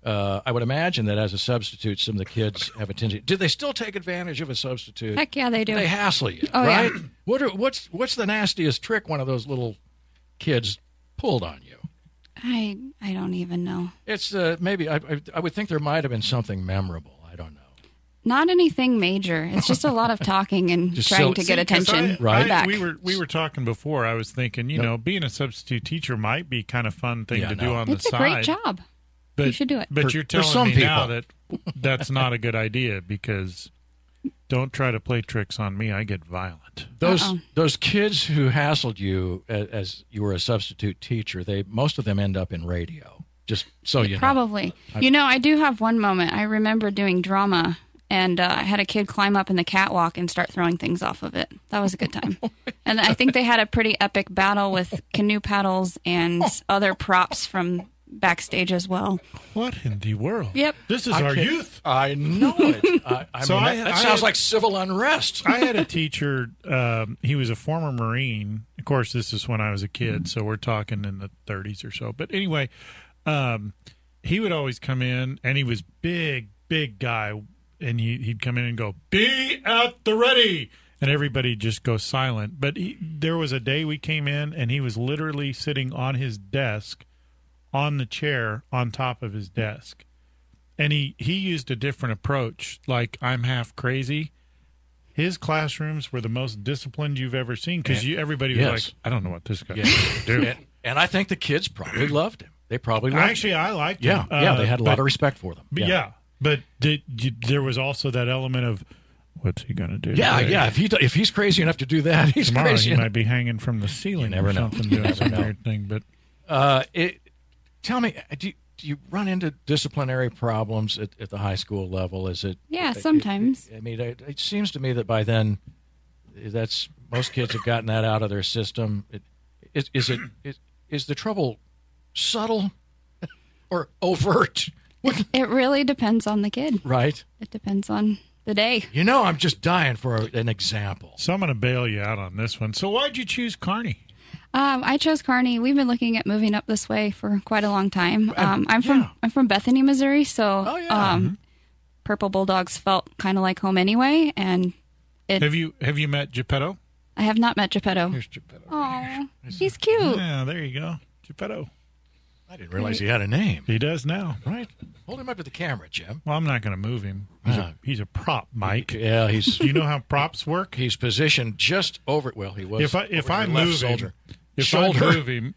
Uh, I would imagine that as a substitute, some of the kids have a tendency. Do they still take advantage of a substitute? Heck yeah, they do. They hassle you, Oh, yeah. right? What are, what's what's the nastiest trick one of those little kids pulled on you? I I don't even know. It's uh, maybe I, I I would think there might have been something memorable. I don't know. Not anything major. It's just a lot of talking and Just trying so- to See, get 'Cause attention. I- Right. I- back. we were we were talking before. I was thinking, you know, being a substitute teacher might be kind of fun thing Yeah, to no. do on it's the a side. great job. But, should do it. But For- you're for telling some me now that that's not a good idea because don't try to play tricks on me. I get violent. Those Uh-oh. those kids who hassled you as, as you were a substitute teacher, they most of them end up in radio. Just so you know. Probably. you know, I do have one moment. I remember doing drama, and uh, I had a kid climb up in the catwalk and start throwing things off of it. That was a good *laughs* time. Oh and I think they had a pretty epic battle with canoe paddles and Oh. other props from backstage as well. What in the world? Yep. This is our youth. I know it. *laughs* I, I *laughs* So mean, I- that, that I- sounds like civil unrest. I had a teacher. Um, he was a former Marine. Of course, this is when I was a kid, so we're talking in the 30s or so. But anyway, um, he would always come in, and he was big, big guy, and he, he'd come in and go, "Be at the ready," and everybody just goes silent. But he, there was a day we came in, and he was literally sitting on his desk, on the chair on top of his desk. And he, he used a different approach, like I'm half crazy his classrooms were the most disciplined you've ever seen because you everybody was Yes. like, I don't know what this guy Yeah. *laughs* is gonna do. and, and I think the kids probably loved him. They probably loved him. Actually, I liked. Yeah, him. yeah. Uh, They had a but- lot of respect for them. But yeah. but did, you, there was also that element of what's he going to do? yeah, today? yeah. If he do- if he's crazy enough to do that, *laughs* he's Tomorrow crazy. he enough. might be hanging from the ceiling. never or know. something, You doing never some know. weird thing. But Uh, it, tell me, do you, do you run into disciplinary problems at, at the high school level? Is it? Yeah, sometimes. I mean, it, it seems to me that by then, that's most kids have gotten that out of their system. It, is, is it is, is the trouble subtle *laughs* or overt? *laughs* What- It really depends on the kid. right. It depends on the day. You know, I'm just dying for a, an example. so I'm going to bail you out on this one. So why'd you choose Carney? Um, I chose Kearney. We've been looking at moving up this way for quite a long time. Um, I'm from yeah. I'm from Bethany, Missouri, so Oh, yeah. Mm-hmm. um, Purple Bulldogs felt kind of like home anyway. And it, Have you have you met Geppetto? I have not met Geppetto. Here's Geppetto. Oh, he's cute. Yeah, there you go, Geppetto. I didn't realize he had a name. He does now. Right. Hold him up to the camera, Jim. Well, I'm not going to move him. He's, No. a, he's a prop, Mike. Yeah, he's Do you know how props work? he's positioned just over. Well, he was. if I if over I your left move shoulder. him, if Shoulder. I move *laughs* him,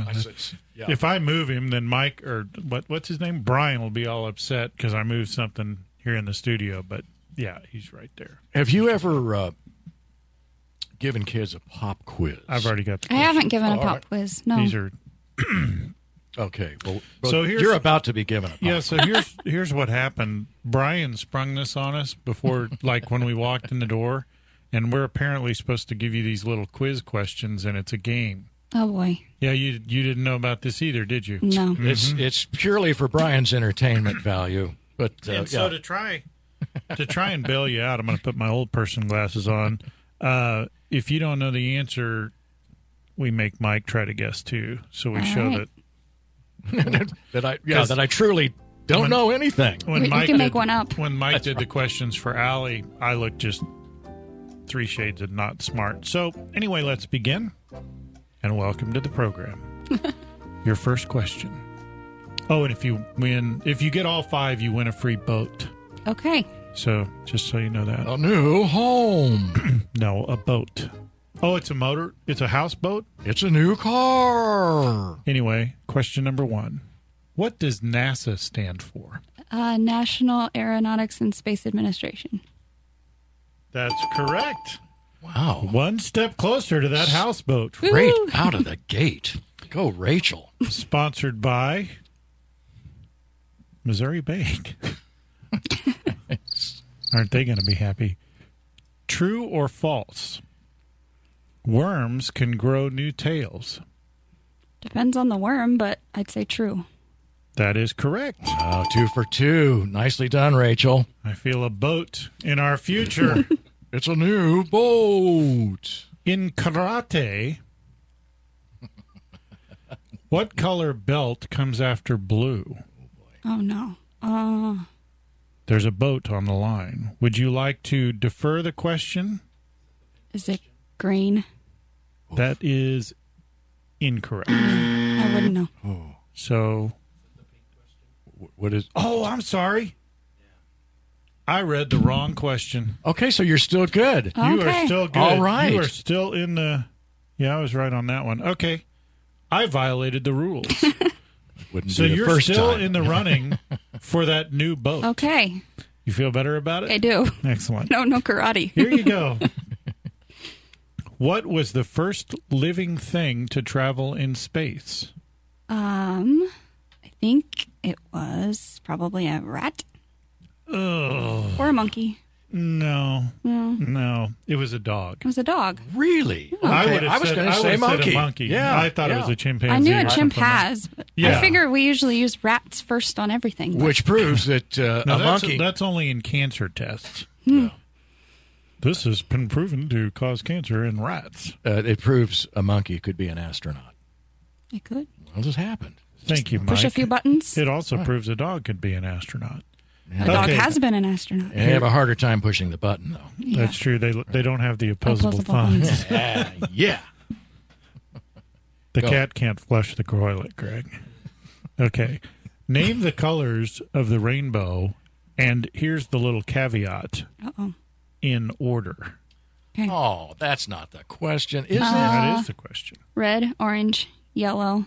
I said, yeah. if I move him, then Mike or what what's his name Brian will be all upset because I moved something here in the studio. But yeah, he's right there. Have you ever uh, given kids a pop quiz? I've already got. The I haven't given a all pop right. quiz. No, These are Okay. Well, So so here's- you're about to be given a pop. yeah. So here's here's what happened. Brian sprung this on us before, *laughs* like when we walked in the door, and we're apparently supposed to give you these little quiz questions, and it's a game. oh boy, Yeah, you you didn't know about this either, did you? no. It's Mm-hmm. it's purely for Brian's entertainment value. But uh, and so yeah. to try to try and bail you out, I'm going to put my old person glasses on. Uh, if you don't know the answer, we make Mike try to guess too, so we All show right. that I yeah 'Cause- that I truly don't When- know anything. that when We- we Mike can make did, one up. When Mike did the questions for Allie, I looked just three shades of not smart. So anyway, let's begin, and welcome to the *laughs* program. Your first question. Oh, and if you win, if you get all five, you win a free boat. Okay, So just so you know that. A new home. *clears throat* No, a boat. Oh, it's a motor. It's a houseboat. It's a new car. Anyway, question number one: What does NASA stand for? uh, National Aeronautics and Space Administration. That's correct. Wow. One step closer to that *laughs* houseboat. Great Woo! out of the gate. Go Rachel. Sponsored by Missouri *laughs* Bank. Aren't they going to be happy? True or false? Worms can grow new tails. Depends on the worm, but I'd say true. That is correct. Oh, two for two. Nicely done, Rachel. I feel a boat in our future. It's a new boat. In karate, what color belt comes after blue? Oh no. Uh, There's a boat on the line. Would you like to defer the question? is it green? That is incorrect. I Mm. wouldn't know. So, Wh- What is? oh, I'm sorry. I read the wrong question. Okay, so you're still good. You are Okay. still good. All right. You are still in the. Yeah, I was right on that one. Okay. I violated the rules. *laughs* Wouldn't so be the you're first still time. in the *laughs* running for that new boat. Okay, You feel better about it? I do. *laughs* Excellent. No, *laughs* no karate. Here you *laughs* go. what was the first living thing to travel in space? Um, I think it was probably a rat Oh, or a monkey. no. No. It was a dog. It was a dog. really. I, Okay, would have I was said- going to I would say have said monkey. a monkey. Yeah, I thought yeah. it was a chimpanzee. I knew or a something. chimpanzee. but Yeah. I figure we usually use rats first on everything. but- Which proves that uh, No, a that's, monkey. that's only in cancer tests. This has been proven to cause cancer in rats. uh, it proves a monkey could be an astronaut. I could Well, this happened. Thank you, Mike. push a few buttons. It also proves a dog could be an astronaut. A dog Okay. has been an astronaut. They have a harder time pushing the button, though. Yeah. That's true. They they don't have the opposable, Opposable thumbs. thumbs. Ah, yeah. The Go. cat can't flush the toilet, Greg. Okay. Name the colors of the rainbow, and here's the little caveat Uh-oh. in order. Oh, that's not the question, is Uh-huh. that is the question. Red, orange, yellow,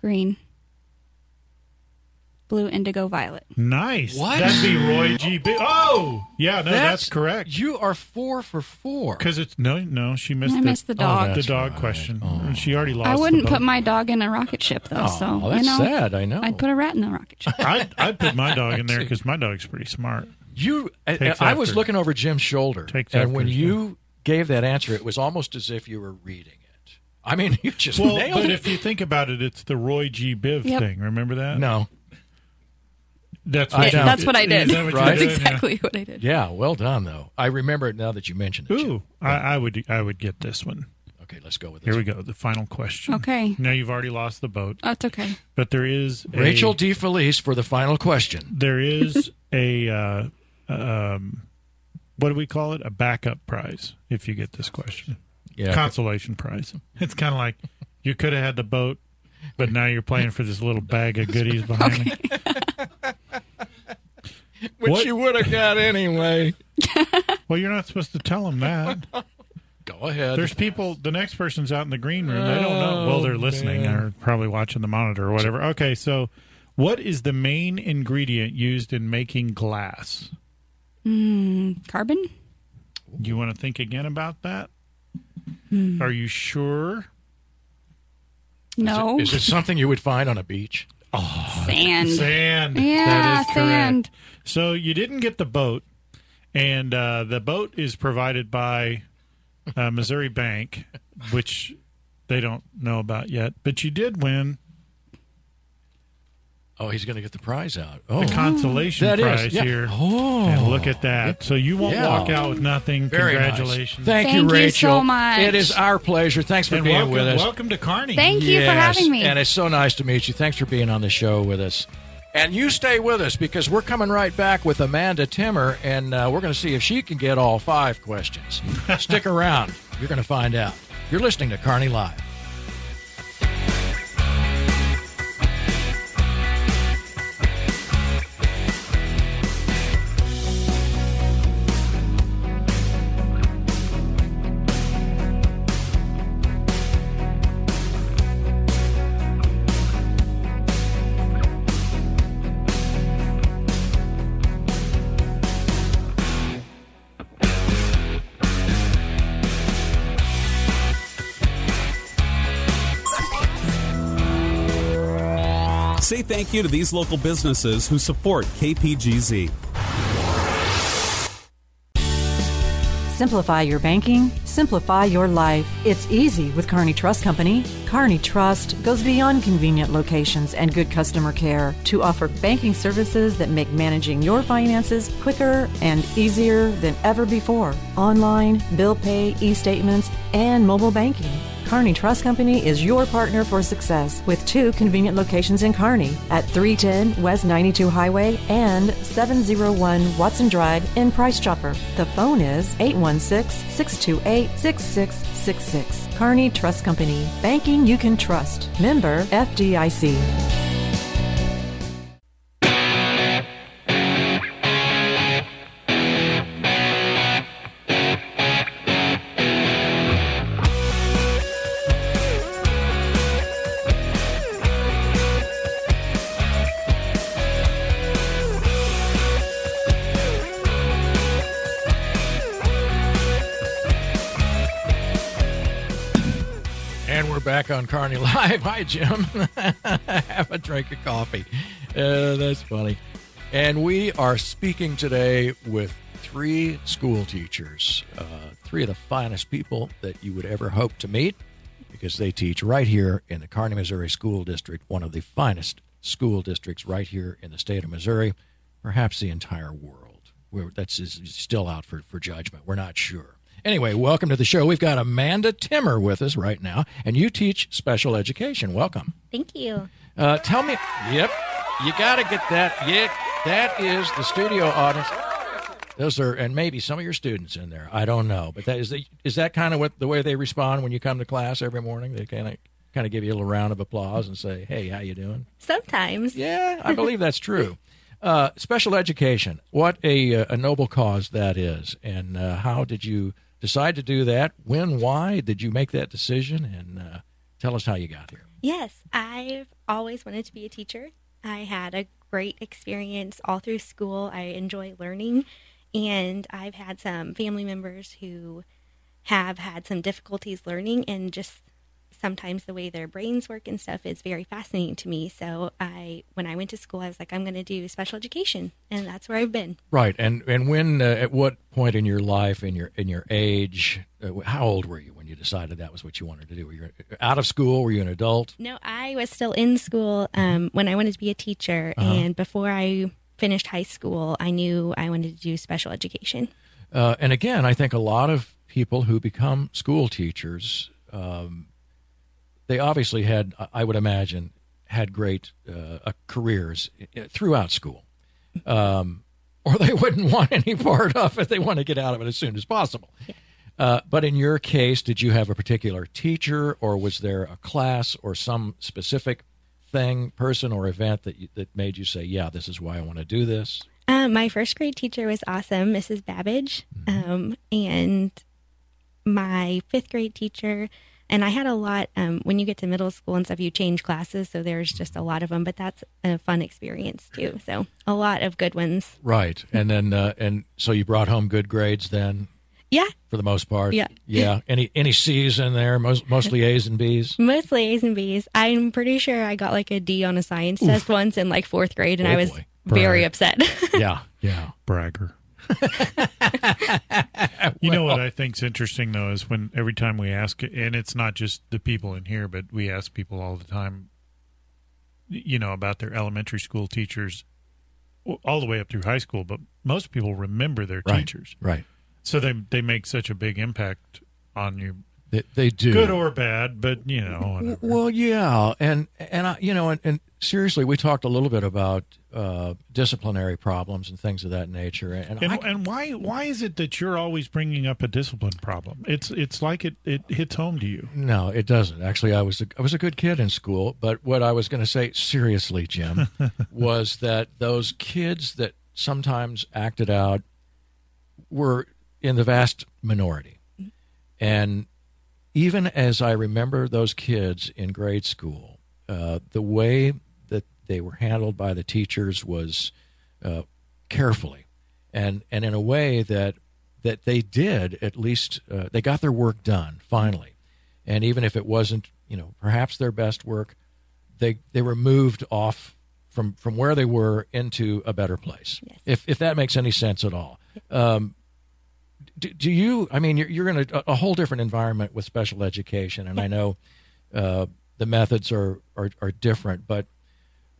green, blue, indigo, violet. Nice. What? That'd be Roy G. B. Oh, yeah, it? no, that's, correct. You are four for four. Because it's no, no, she missed I the, missed the Oh, dog. that- the That's dog right. question. She already lost. I the wouldn't boat. put my dog in a rocket ship though. Oh, so that's you know, sad. I know. I'd put a rat in the rocket ship. *laughs* I'd, I'd put my dog in there *laughs* because my dog's pretty smart. You, I, Takes I was after. looking over Jim's shoulder, Takes and after, when yeah. you gave that answer, it was almost as if you were reading it. I mean, *laughs* you just Well, nailed but it. if you think about it, it's the Roy G. Biv Yep. thing. Remember that? no, that's I *laughs* what, don't. that's what I Is did. that what you Right. did? That's Yeah. exactly what I did. yeah, well done though. I remember it now that you mentioned it. Jim. Ooh, I, I would I would get this one. Okay, let's go with this. Here we go. The final question. Okay. Now you've already lost the boat, That's okay. but there is a, Rachel D. Felice for the final question. There is a uh, um, what do we call it? A backup prize if you get this question. Yeah, Consolation prize. It's kind of like you could have had the boat, but now you're playing for this little bag of goodies behind me. *laughs* which What- you would have got anyway. Well, you're not supposed to tell them that. *laughs* Go ahead. There's people. The next person's out in the green room. They don't Oh, know. Well, they're listening or probably watching the monitor or whatever. Okay, so what is the main ingredient used in making glass? Carbon? You want to think again about that? Hmm. Are you sure? No. Is it something you would find on a beach? sand. Sand. Yeah, that is sand. correct. So you didn't get the boat, and uh, the boat is provided by uh, Missouri Bank, which they don't know about yet. But you did win Oh, he's going to get the prize out. Oh, the consolation that is, prize yeah. here. Oh. and look at that! So you won't Yeah. walk out with nothing. very nice. Congratulations! Thank, Thank you you, so Rachel. much. It is our pleasure. Thanks for and being welcome, with us. welcome to Carney. Thank you for Yes, having me. And it's so nice to meet you. Thanks for being on the show with us. And you stay with us because we're coming right back with Amanda Timmer, and uh, we're going to see if she can get all *laughs* five questions. Stick around. You're going to find out. You're listening to Carney Live. Say thank you to these local businesses who support KPGZ. Simplify your banking, simplify your life. It's easy with Carney Trust Company. Carney Trust goes beyond convenient locations and good customer care to offer banking services that make managing your finances quicker and easier than ever before. Online, bill pay, e-statements, and mobile banking. Carney Trust Company is your partner for success with two convenient locations in Kearney at 310 West 92 Highway and 701 Watson Drive in Price Chopper. The phone is 816-628-6666. Carney Trust Company. Banking you can trust. Member FDIC. And we're back on Carney *laughs* Live. Hi, Jim. *laughs* Have a drink of coffee. Uh, that's funny. And we are speaking today with three school teachers, uh, three of the finest people that you would ever hope to meet because they teach right here in the Kearney, Missouri School District, one of the finest school districts right here in the state of Missouri, perhaps the entire world. We're, that's is still out for, for judgment. We're not sure. Anyway, welcome to the show. We've got Amanda Timmer with us right now, and you teach special education. Welcome. Thank you. Uh, tell me, yep, you got to get that. Yeah, that is the studio audience. Those are, and maybe some of your students in there. I don't know, but that is the, is that kind of what the way they respond when you come to class every morning? They kind of kind of give you a little round of applause and say, "Hey, how you doing?" Sometimes. Yeah, I believe that's true. Uh, special education, what a, uh, a noble cause that is, and uh, how did you decide to do that? When, why did you make that decision? And uh, tell us how you got here. Yes, I've always wanted to be a teacher. I had a great experience all through school. I enjoy learning, and I've had some family members who have had some difficulties learning, and just sometimes the way their brains work and stuff is very fascinating to me. So, I when I went to school, I was like, I'm going to do special education, and that's where I've been. Right, and and when uh, at what point in your life, in your in your age, uh, how old were you when you decided that was what you wanted to do? Were you uh, out of school? Were you an adult? No, I was still in school um, when I wanted to be a teacher, and before I finished high school, I knew I wanted to do special education. Uh, and again, I think a lot of people who become school teachers, um, they obviously had, I- I would imagine, had great uh, uh, careers i- throughout school, um, or they *laughs* wouldn't want any part of it. They want to get out of it as soon as possible. Uh, but in your case, did you have a particular teacher, or was there a class, or some specific thing, person, or event that you, that made you say, "Yeah, this is why I want to do this"? Um, my first grade teacher was awesome, Mrs. Babbage, um, and my fifth grade teacher. And I had a lot um, when you get to middle school and stuff. You change classes, so there's just a lot of them. But that's a fun experience too. So a lot of good ones. Right, and then uh, and so you brought home good grades then. Yeah, for the most part. Yeah. yeah. Any any C's in there? Most, mostly A's and B's. mostly A's and B's. I'm pretty sure I got like a D on a science test once in like fourth grade, and Oh, I was boy. very upset. *laughs* Yeah, yeah. *laughs* bragger. you know what I think's interesting though is when every time we ask, and it's not just the people in here, but we ask people all the time, you know, about their elementary school teachers, w- all the way up through high school. But most people remember their Right. teachers, Right. so they they make such a big impact on you, They, they do. good or bad. But you know, whatever. well, yeah, and and I, you know, and, and seriously, we talked a little bit about uh, disciplinary problems and things of that nature, and, And, I, and why why is it that you're always bringing up a discipline problem? It's it's like it, it hits home to you. No, it doesn't. Actually, I was a, I was a good kid in school, but what I was going to say seriously, Jim, was that those kids that sometimes acted out were in the vast minority. And even as I remember those kids in grade school, uh, the way that they were handled by the teachers was uh, carefully, and and in a way that that they did at least uh, they got their work done finally, and even if it wasn't you know perhaps their best work, they they were moved off from from where they were into a better place. If if that makes any sense at all. Um, do, do you i mean you're, you're in a, a whole different environment with special education and i know uh, the methods are, are, are different but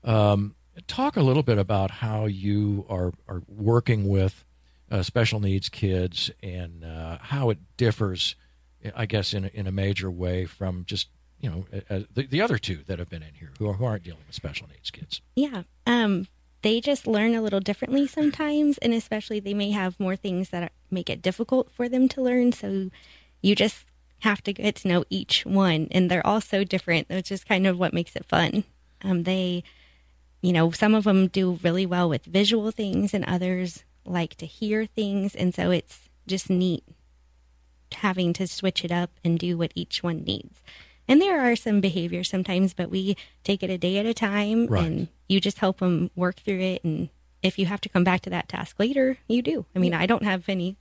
um, talk a little bit about how you are, are working with uh, special needs kids and uh, how it differs I guess, in a, in a major way from just you know uh, the, the other two that have been in here who, are, who aren't dealing with special needs kids. *laughs* Yeah. Um, they just learn a little differently sometimes, and especially they may have more things that are, make it difficult for them to learn. So you just have to get to know each one, and they're all so different, which is kind of what makes it fun. Um, they, you know, some of them do really well with visual things, and others like to hear things, and so it's just neat having to switch it up and do what each one needs. And there are some behaviors sometimes, but we take it a day at a time Right. and you just help them work through it. And if you have to come back to that task later, you do. I mean, I don't have any,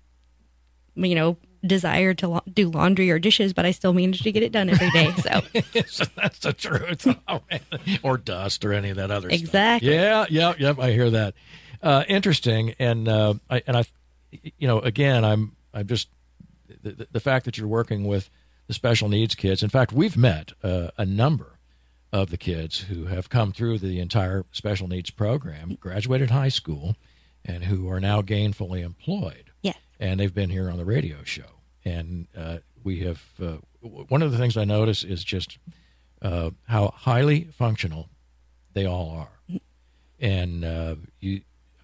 you know, desire to la- do laundry or dishes, but I still manage to get it done every day. *laughs* So, So that's the truth. *laughs* Oh, man. or dust or any of that other stuff. Exactly. Yeah, yeah, yeah. I hear that. Uh, interesting, and uh, I, and I, you know, again, I'm I'm just the- the, the fact that you're working with the special needs kids. In fact, we've met uh, a number of the kids who have come through the entire special needs program, graduated high school, and who are now gainfully employed yes. and they've been here on the radio show. And uh, we have uh, w- one of the things I notice is just uh, how highly functional they all are. And uh, you,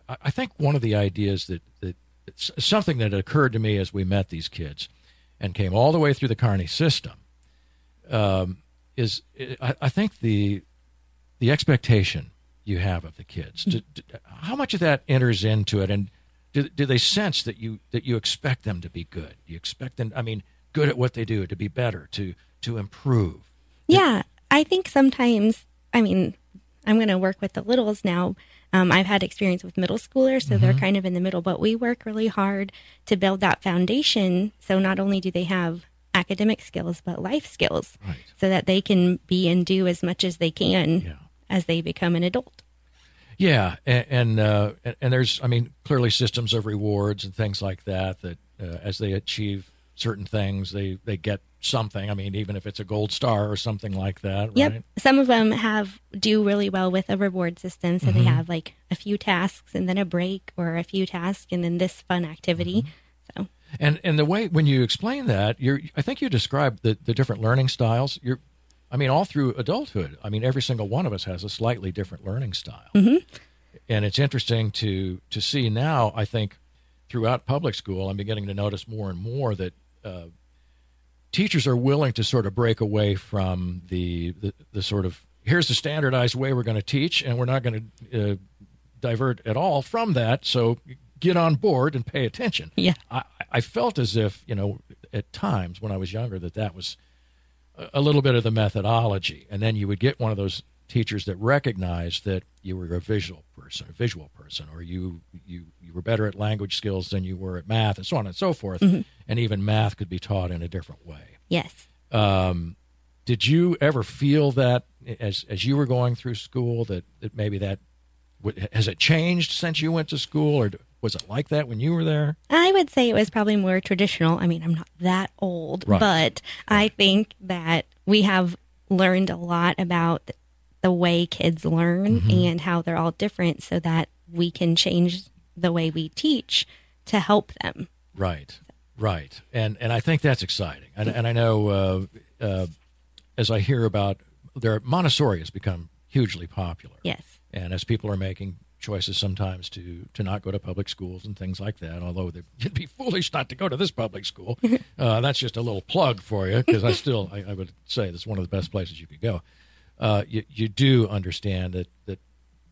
I I think one of the ideas that that it's something that occurred to me as we met these kids and came all the way through the Carney system um, is I, I think the the expectation you have of the kids. Do- do- how much of that enters into it, and do, do they sense that you that you expect them to be good? You expect them, I mean, good at what they do, to be better, to to improve. Yeah, I think sometimes, I mean, I'm going to work with the littles now. Um, I've had experience with middle schoolers, so Mm-hmm. they're kind of in the middle, but we work really hard to build that foundation. So not only do they have academic skills, but life skills Right. so that they can be and do as much as they can Yeah. as they become an adult. Yeah, and and, uh, and- and there's, I mean, clearly systems of rewards and things like that. That uh, as they achieve certain things, they they get something. I mean, even if it's a gold star or something like that. Yep. Right? Some of them have do really well with a reward system, so they Mm-hmm. have like a few tasks and then a break or a few tasks and then this fun activity. Mm-hmm. So And and the way when you explain that, you're I think you described the, the different learning styles. You're I mean, all through adulthood. I mean, every single one of us has a slightly different learning style. And it's interesting to to see now, I think, throughout public school, I'm beginning to notice more and more that uh, teachers are willing to sort of break away from the the, the sort of here's the standardized way we're going to teach, and we're not going to uh, divert at all from that. So get on board and pay attention. Yeah. I, I felt as if you know at times when I was younger that that was a- a little bit of the methodology, and then you would get one of those teachers that recognized that you were a visual person, a visual person, or you you you were better at language skills than you were at math, and so on and so forth. And even math could be taught in a different way. yes. Um, did you ever feel that as as you were going through school that, that maybe that would, has it changed since you went to school, or was it like that when you were there? I would say it was probably more traditional. I mean, I'm not that old, Right. but I think that we have learned a lot about the way kids learn Mm-hmm. and how they're all different so that we can change the way we teach to help them. Right, right, and and I think that's exciting, and and I know uh, uh, as I hear about their Montessori has become hugely popular, Yes. and as people are making choices sometimes to to not go to public schools and things like that, although they- *laughs* it'd be foolish not to go to this public school. uh, that's just a little plug for you because I still I, I would say that's one of the best places you could go. Uh, you you do understand that that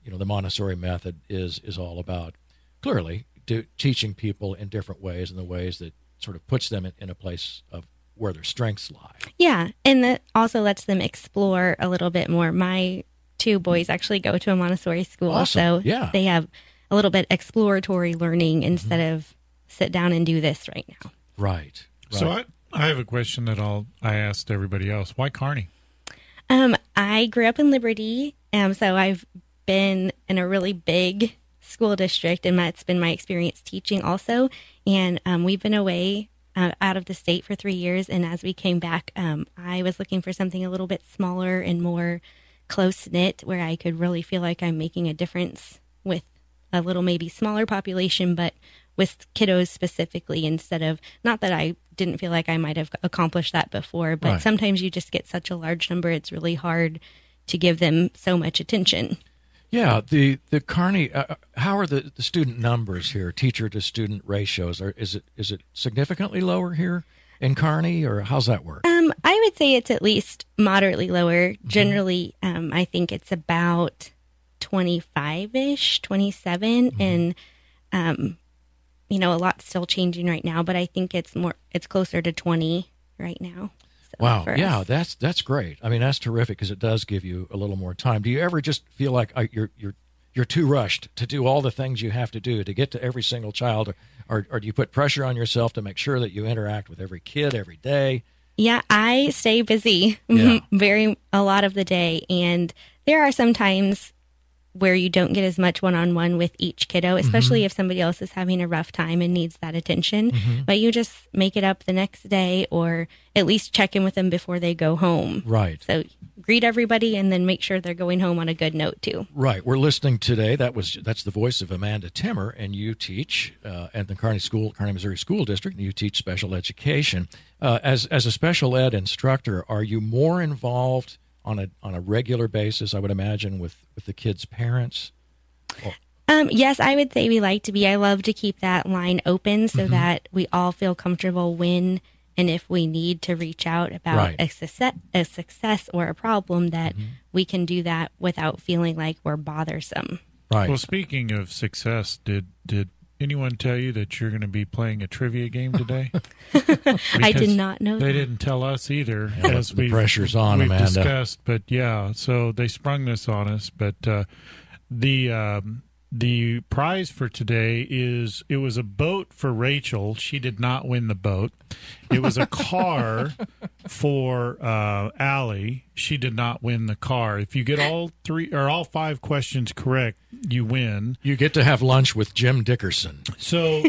you know the Montessori method is is all about clearly do, teaching people in different ways and the ways that sort of puts them in, in a place of where their strengths lie. Yeah, and that also lets them explore a little bit more. My two boys actually go to a Montessori school, Awesome, so yeah. Mm-hmm. they have a little bit exploratory learning instead of sit down and do this right now. Right. right. So I, I have a question that I'll I asked everybody else. Why Carney? Um, I grew up in Liberty, um, so I've been in a really big school district, and that's been my experience teaching also. And um, we've been away uh, out of the state for three years, and as we came back, um, I was looking for something a little bit smaller and more close knit, where I could really feel like I'm making a difference with a little maybe smaller population, but with kiddos specifically instead of not that I didn't feel like I might have accomplished that before. But Right. sometimes you just get such a large number, it's really hard to give them so much attention. Yeah, the the Carney. Uh, how are the, the student numbers here? Teacher to student ratios. Are, is it is it significantly lower here in Carney, or how's that work? Um, I would say it's at least moderately lower. Mm-hmm. Generally, um, I think it's about 25 ish, 27. Mm-hmm. And, um, you know, a lot's still changing right now, but I think it's more, it's closer to 20 right now. So Wow. for Yeah, us. that's that's great. I mean, that's terrific because it does give you a little more time. Do you ever just feel like uh, you're you're you're too rushed to do all the things you have to do to get to every single child, or, or, or do you put pressure on yourself to make sure that you interact with every kid every day? Yeah, I stay busy *laughs* Yeah. very a lot of the day, and there are some times where you don't get as much one-on-one with each kiddo, Mm-hmm. especially if somebody else is having a rough time and needs that attention. Mm-hmm. But you just make it up the next day, or at least check in with them before they go home. Right. So greet everybody, and then make sure they're going home on a good note too. Right. We're listening today. That was that's the voice of Amanda Timmer, and you teach uh, at the Kearney School, Kearney, Missouri School District, and you teach special education. Uh, as as a special ed instructor, are you more involved on a on a regular basis? I would imagine with with the kids' parents. Um, yes, I would say we like to be. I love to keep that line open Mm-hmm. so that we all feel comfortable when and if we need to reach out about Right. Mm-hmm. a, success, a success or a problem, that we can do that without feeling like we're bothersome. Right. Well, speaking of success, did did anyone tell you that you're going to be playing a trivia game *laughs* today? I did Because not know They that. didn't tell us either. Yeah, as the we've- pressure's on, we've Amanda. discussed, but yeah, so they sprung this on us. But uh, the um, the prize for today is it was a boat for Rachel. She did not win the boat. It was *laughs* a car for uh, Allie. She did not win the car. If you get all three or all five questions correct, you win. you get to have lunch with Jim Dickerson. So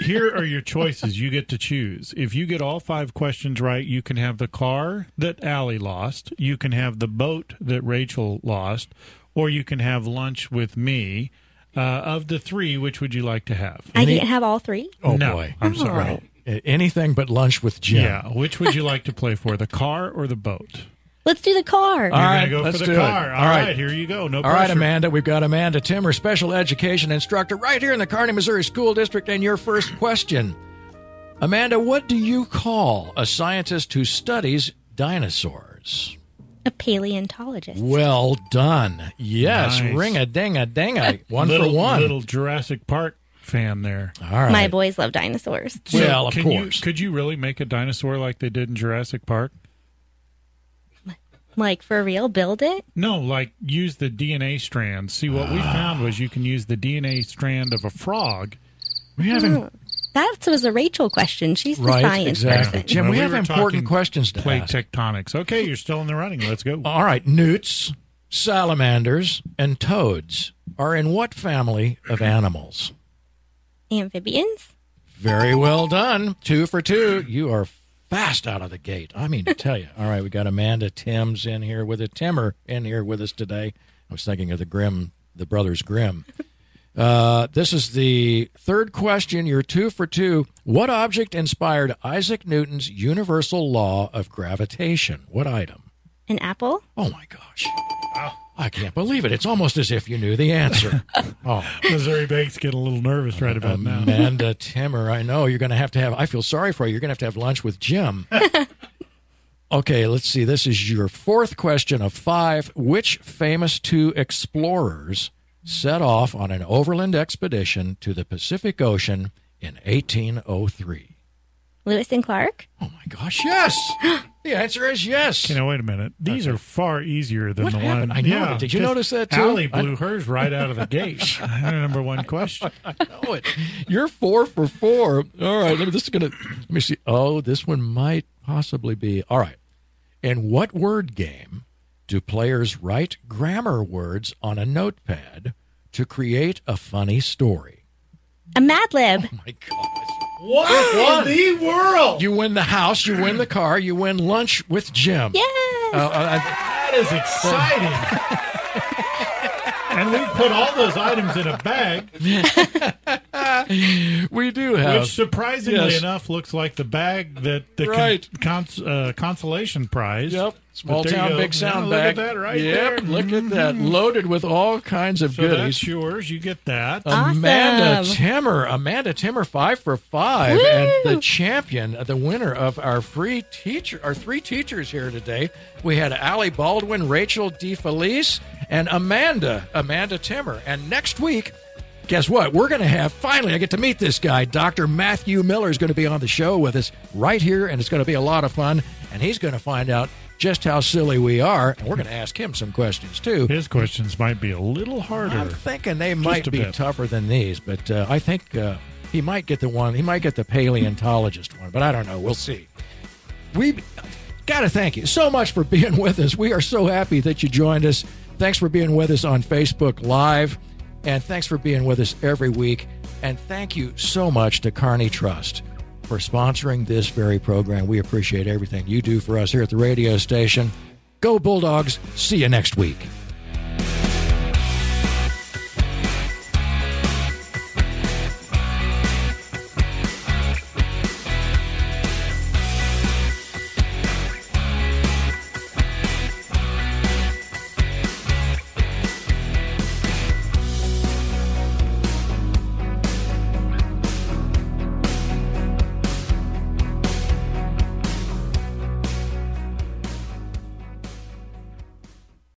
here are your choices. You get to choose. If you get all five questions right, you can have the car that Allie lost, you can have the boat that Rachel lost, or you can have lunch with me. Uh, of the three, which would you like to have? I didn't have all three. Oh No, boy. I'm sorry. A- Anything but lunch with Jim. Yeah. Which would you like to play for, the car or the boat? Let's do the car. All You're right, gonna go let's for do the it. car. All all right. right. here you go. No All right, pressure. Amanda, we've got Amanda Timmer, special education instructor, right here in the Kearney, Missouri School District. And your first question Amanda, what do you call a scientist who studies dinosaurs? a paleontologist. Well done. Yes, Nice. ring a ding a *laughs* ding a. One little, for one. Little Jurassic Park fan there. All right. My boys love dinosaurs. Well, So of can course. You, could you really make a dinosaur like they did in Jurassic Park? Like, for real, build it? No, like use the DNA strand. See, what we Ah. found was you can use the DNA strand of a frog. we have im- Hmm. That was a Rachel question. She's the right, science exactly. person. Jim, Well, we, we have were important talking questions to Plate ask. tectonics. Okay, you're still in the running. Let's *laughs* go. All right, newts, salamanders, and toads are in what family of animals? Amphibians? Very well done. Two for two. You are fast out of the gate. I mean to tell you. All right, we got Amanda Timms in here with a Timmer in here with us today. I was thinking of the Grimm, the brothers Grimm. Uh, this is the third question. You're two for two. What object inspired Isaac Newton's universal law of gravitation? What item? An apple? Oh my gosh. I can't believe it. It's almost as if you knew the answer. Oh, Missouri Banks get a little nervous right about now. Amanda Timmer, I know you're going to have to have. I feel sorry for you. You're going to have to have lunch with Jim. okay, let's see. This is your fourth question of five. Which famous two explorers set off on an overland expedition to the Pacific Ocean in 1803? Lewis and Clark? Oh my gosh! Yes, the answer is yes. You know, wait a minute. These are far easier than What the happened? one. I know it. Did you because notice that, too? Allie blew hers right out of the *laughs* gate. Number one question. know Oh, it. You're four for four. All right, let me. This is gonna. Let me see. Oh, this one might possibly be. All right. In what word game do players write grammar words on a notepad to create a funny story? Oh, A Mad Lib. My gosh. What in the world? You win the house. You win the car. You win lunch with Jim. Yes. Uh, uh, I- That is exciting. and we've put all those items in a bag. we do have. Which surprisingly Yes. enough looks like the bag that the con- Right. cons- uh, consolation prize. Yep. But Small there you town, go. big Now, sound bag. Look at that right yep, there. Mm-hmm. look at that. Loaded with all kinds of So goodies. that's yours. You get that. Uh, Amanda Awesome. Timmer, Amanda Timmer, five for five, and the champion, the winner of our free teacher, our three teachers here today. We had Allie Baldwin, Rachel DeFelice, and Amanda, Amanda Timmer. And next week, guess what? We're going to have finally. I get to meet this guy, Dr. Matthew Miller, is going to be on the show with us right here, and it's going to be a lot of fun. And he's going to find out just how silly we are, and we're going to ask him some questions too. His questions might be a little harder. I'm thinking they might a be bit. tougher than these, but uh, I think uh, he might get the one. He might get the paleontologist one, but I don't know. We'll see. We got to thank you so much for being with us. We are so happy that you joined us. Thanks for being with us on Facebook Live, and thanks for being with us every week. And thank you so much to Carney Trust for sponsoring this very program. We appreciate everything you do for us here at the radio station. Go Bulldogs. See you next week.